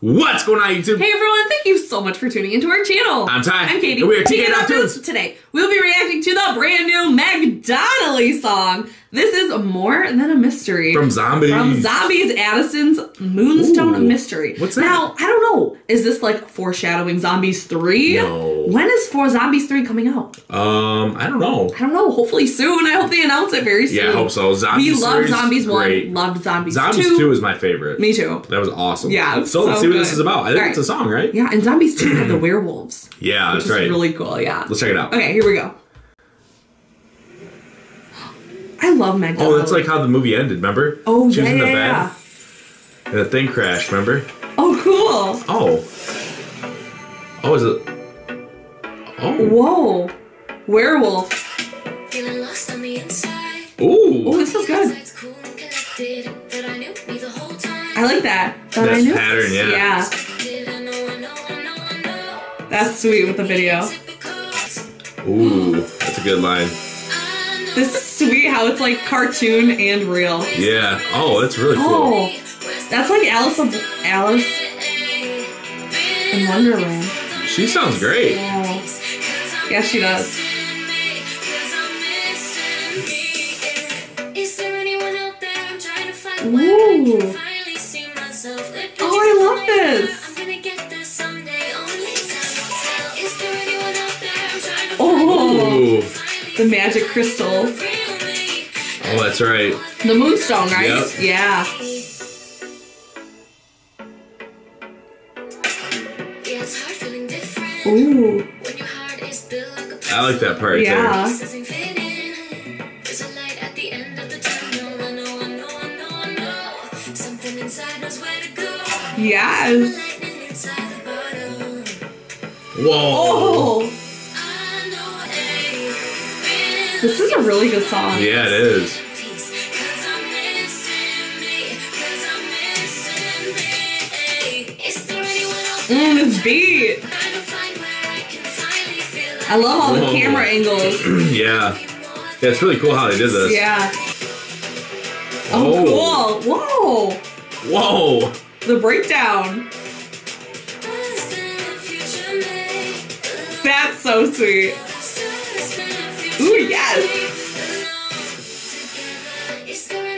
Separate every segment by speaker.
Speaker 1: What's going on, YouTube?
Speaker 2: Hey everyone, thank you so much for tuning into our channel.
Speaker 1: I'm Ty.
Speaker 2: I'm Katie.
Speaker 1: And we are
Speaker 2: Taking
Speaker 1: TK
Speaker 2: Up
Speaker 1: Tunes.
Speaker 2: Roots Today, we'll be reacting to the brand new Meg Donnelly song. This is More Than a Mystery.
Speaker 1: From Zombies.
Speaker 2: From Zombies Addison's Moonstone
Speaker 1: Ooh.
Speaker 2: Mystery.
Speaker 1: What's that?
Speaker 2: Now, I don't know. Is this like foreshadowing Zombies 3?
Speaker 1: No.
Speaker 2: When is For Zombies 3 coming out?
Speaker 1: Um, I don't know.
Speaker 2: I don't know. Hopefully soon. I hope they announce it very soon.
Speaker 1: Yeah, I hope so. Zombies.
Speaker 2: we loved
Speaker 1: series,
Speaker 2: Zombies 1,
Speaker 1: Great.
Speaker 2: loved Zombies,
Speaker 1: Zombies 2. is my favorite.
Speaker 2: Me too.
Speaker 1: That was awesome.
Speaker 2: Yeah,
Speaker 1: So, let's
Speaker 2: so
Speaker 1: see what this
Speaker 2: good.
Speaker 1: is about. I think
Speaker 2: Alright.
Speaker 1: it's a song, right?
Speaker 2: Yeah, and Zombies 2 had the werewolves.
Speaker 1: Yeah,
Speaker 2: Which
Speaker 1: that's
Speaker 2: is
Speaker 1: right.
Speaker 2: really cool, yeah.
Speaker 1: let's check it out.
Speaker 2: Okay, here we go. I love Meg.
Speaker 1: Oh, that's like how the movie ended, remember?
Speaker 2: Oh
Speaker 1: She
Speaker 2: yeah,
Speaker 1: was in the
Speaker 2: yeah, yeah.
Speaker 1: bed and the thing crashed, remember?
Speaker 2: Oh cool.
Speaker 1: Oh. Oh, is it. Oh.
Speaker 2: Whoa. Werewolf.
Speaker 3: Feeling lost on the inside.
Speaker 2: Oh,
Speaker 1: Ooh.
Speaker 2: this is good.
Speaker 3: Inside's cool and collected, but I knew me the whole time.
Speaker 2: I like that. That
Speaker 1: That's
Speaker 2: I knew.
Speaker 1: pattern, yeah.
Speaker 2: Yeah.
Speaker 3: Did I know, I know, I know, I know.
Speaker 2: That's sweet with the video.
Speaker 3: Typicals.
Speaker 1: Ooh. That's a good line.
Speaker 3: I know
Speaker 2: This is sweet how it's like cartoon and real.
Speaker 1: Yeah. Oh, that's really cool.
Speaker 2: Oh, that's like Alice of Alice in Wonderland.
Speaker 1: She sounds great.
Speaker 2: Wow.
Speaker 3: Yeah,
Speaker 2: Yes, she does. Ooh. Oh, I love this. Oh,
Speaker 1: Ooh.
Speaker 2: the magic crystals.
Speaker 1: Oh, that's right.
Speaker 2: The moonstone, right?
Speaker 1: Yep.
Speaker 2: Yeah.
Speaker 3: Yeah, it's hard feeling different.
Speaker 2: Ooh.
Speaker 3: When your heart is built like a
Speaker 1: I like that part
Speaker 2: Yeah.
Speaker 1: there.
Speaker 3: This doesn't fit in. There's a light at the end of the tunnel. I know, I know, I know, I know. Something inside knows where to go.
Speaker 2: Yes.
Speaker 3: Lightning inside the bottle.
Speaker 1: Whoa.
Speaker 2: Oh,
Speaker 3: I know, ay,
Speaker 2: this is a really good song.
Speaker 1: Yeah, it is.
Speaker 3: peace. 'Cause I'm missing me. 'Cause I'm missing me. Is there anyone else
Speaker 2: Mm, this beat.
Speaker 3: trying to find where I can finally feel
Speaker 2: I love all the
Speaker 1: Whoa.
Speaker 2: camera angles.
Speaker 1: yeah. Yeah, it's really cool how they did this.
Speaker 2: Yeah. Oh, cool. Whoa.
Speaker 1: Whoa.
Speaker 2: The breakdown. That's so sweet. Ooh, yes.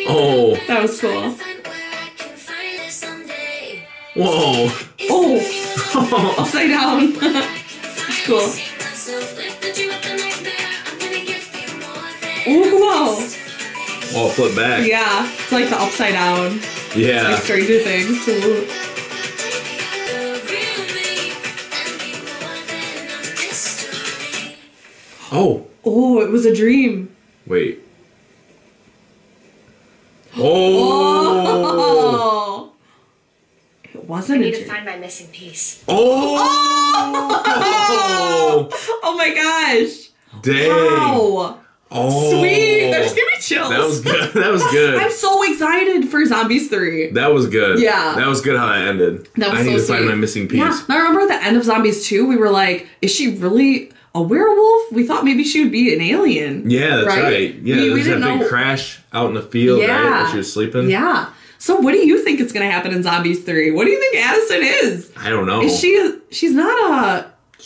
Speaker 1: Oh.
Speaker 2: That was cool.
Speaker 1: Whoa.
Speaker 2: Oh,
Speaker 1: Oh.
Speaker 2: upside down. cool. Ooh, whoa.
Speaker 1: flip back.
Speaker 2: Yeah. It's like the upside down.
Speaker 1: Yeah.
Speaker 2: Like Stranger Things. Ooh.
Speaker 1: Oh.
Speaker 2: Oh, it was a dream.
Speaker 1: Wait. Oh.
Speaker 2: Oh. It
Speaker 4: I
Speaker 2: wasn't a
Speaker 4: need to
Speaker 2: dream.
Speaker 4: find my missing piece.
Speaker 1: Oh.
Speaker 2: Oh my gosh.
Speaker 1: Dang.
Speaker 2: Wow.
Speaker 1: Oh.
Speaker 2: Sweet. That just gave me chills.
Speaker 1: That was good. That was good.
Speaker 2: I'm so excited for Zombies 3.
Speaker 1: That was good.
Speaker 2: Yeah.
Speaker 1: That was good how that ended.
Speaker 2: That was
Speaker 1: I need to
Speaker 2: so
Speaker 1: find
Speaker 2: sweet.
Speaker 1: my missing piece.
Speaker 2: Yeah. Now, remember at the end of Zombies 2, we were like, is she really a werewolf? We thought maybe she would be an alien.
Speaker 1: Yeah, that's right.
Speaker 2: Right?
Speaker 1: Yeah,
Speaker 2: We-
Speaker 1: there
Speaker 2: we
Speaker 1: was that
Speaker 2: didn't
Speaker 1: big
Speaker 2: know-
Speaker 1: crash out in the field, right?
Speaker 2: Yeah.
Speaker 1: While she was sleeping.
Speaker 2: Yeah. So what do you think is going to happen in Zombies 3? What do you think Addison is?
Speaker 1: I don't know.
Speaker 2: Is she, she's not a,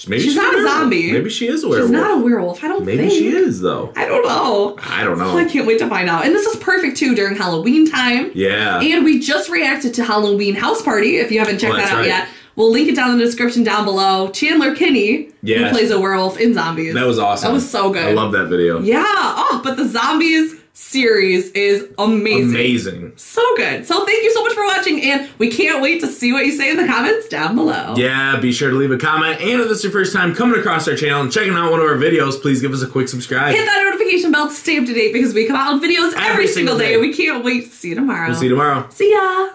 Speaker 1: Maybe
Speaker 2: she's not a
Speaker 1: werewolf.
Speaker 2: zombie.
Speaker 1: Maybe she is a werewolf.
Speaker 2: she's not a werewolf. I don't
Speaker 1: Maybe
Speaker 2: think.
Speaker 1: she is though.
Speaker 2: I don't know.
Speaker 1: I don't know.
Speaker 2: Oh, I can't wait to find out. And this is perfect too during Halloween time.
Speaker 1: yeah.
Speaker 2: And we just reacted to Halloween House Party. If you haven't checked
Speaker 1: Oh,
Speaker 2: that
Speaker 1: that's
Speaker 2: out
Speaker 1: right.
Speaker 2: yet, we'll link it down in the description down below. Chandler Kinney,
Speaker 1: Yes.
Speaker 2: who plays a werewolf in Zombies.
Speaker 1: that was awesome.
Speaker 2: That was so good.
Speaker 1: I love that video.
Speaker 2: Yeah. Oh, but the Zombies series is amazing.
Speaker 1: Amazing.
Speaker 2: So good. So thank you so much for watching, and we can't wait to see what you say in the comments down below.
Speaker 1: Yeah, be sure to leave a comment. And if this is your first time coming across our channel and checking out one of our videos, please give us a quick subscribe.
Speaker 2: Hit that notification bell to stay up to date because we come out with videos every, single day.
Speaker 1: single day.
Speaker 2: We can't wait to see you tomorrow.
Speaker 1: We'll see you tomorrow.
Speaker 2: See ya.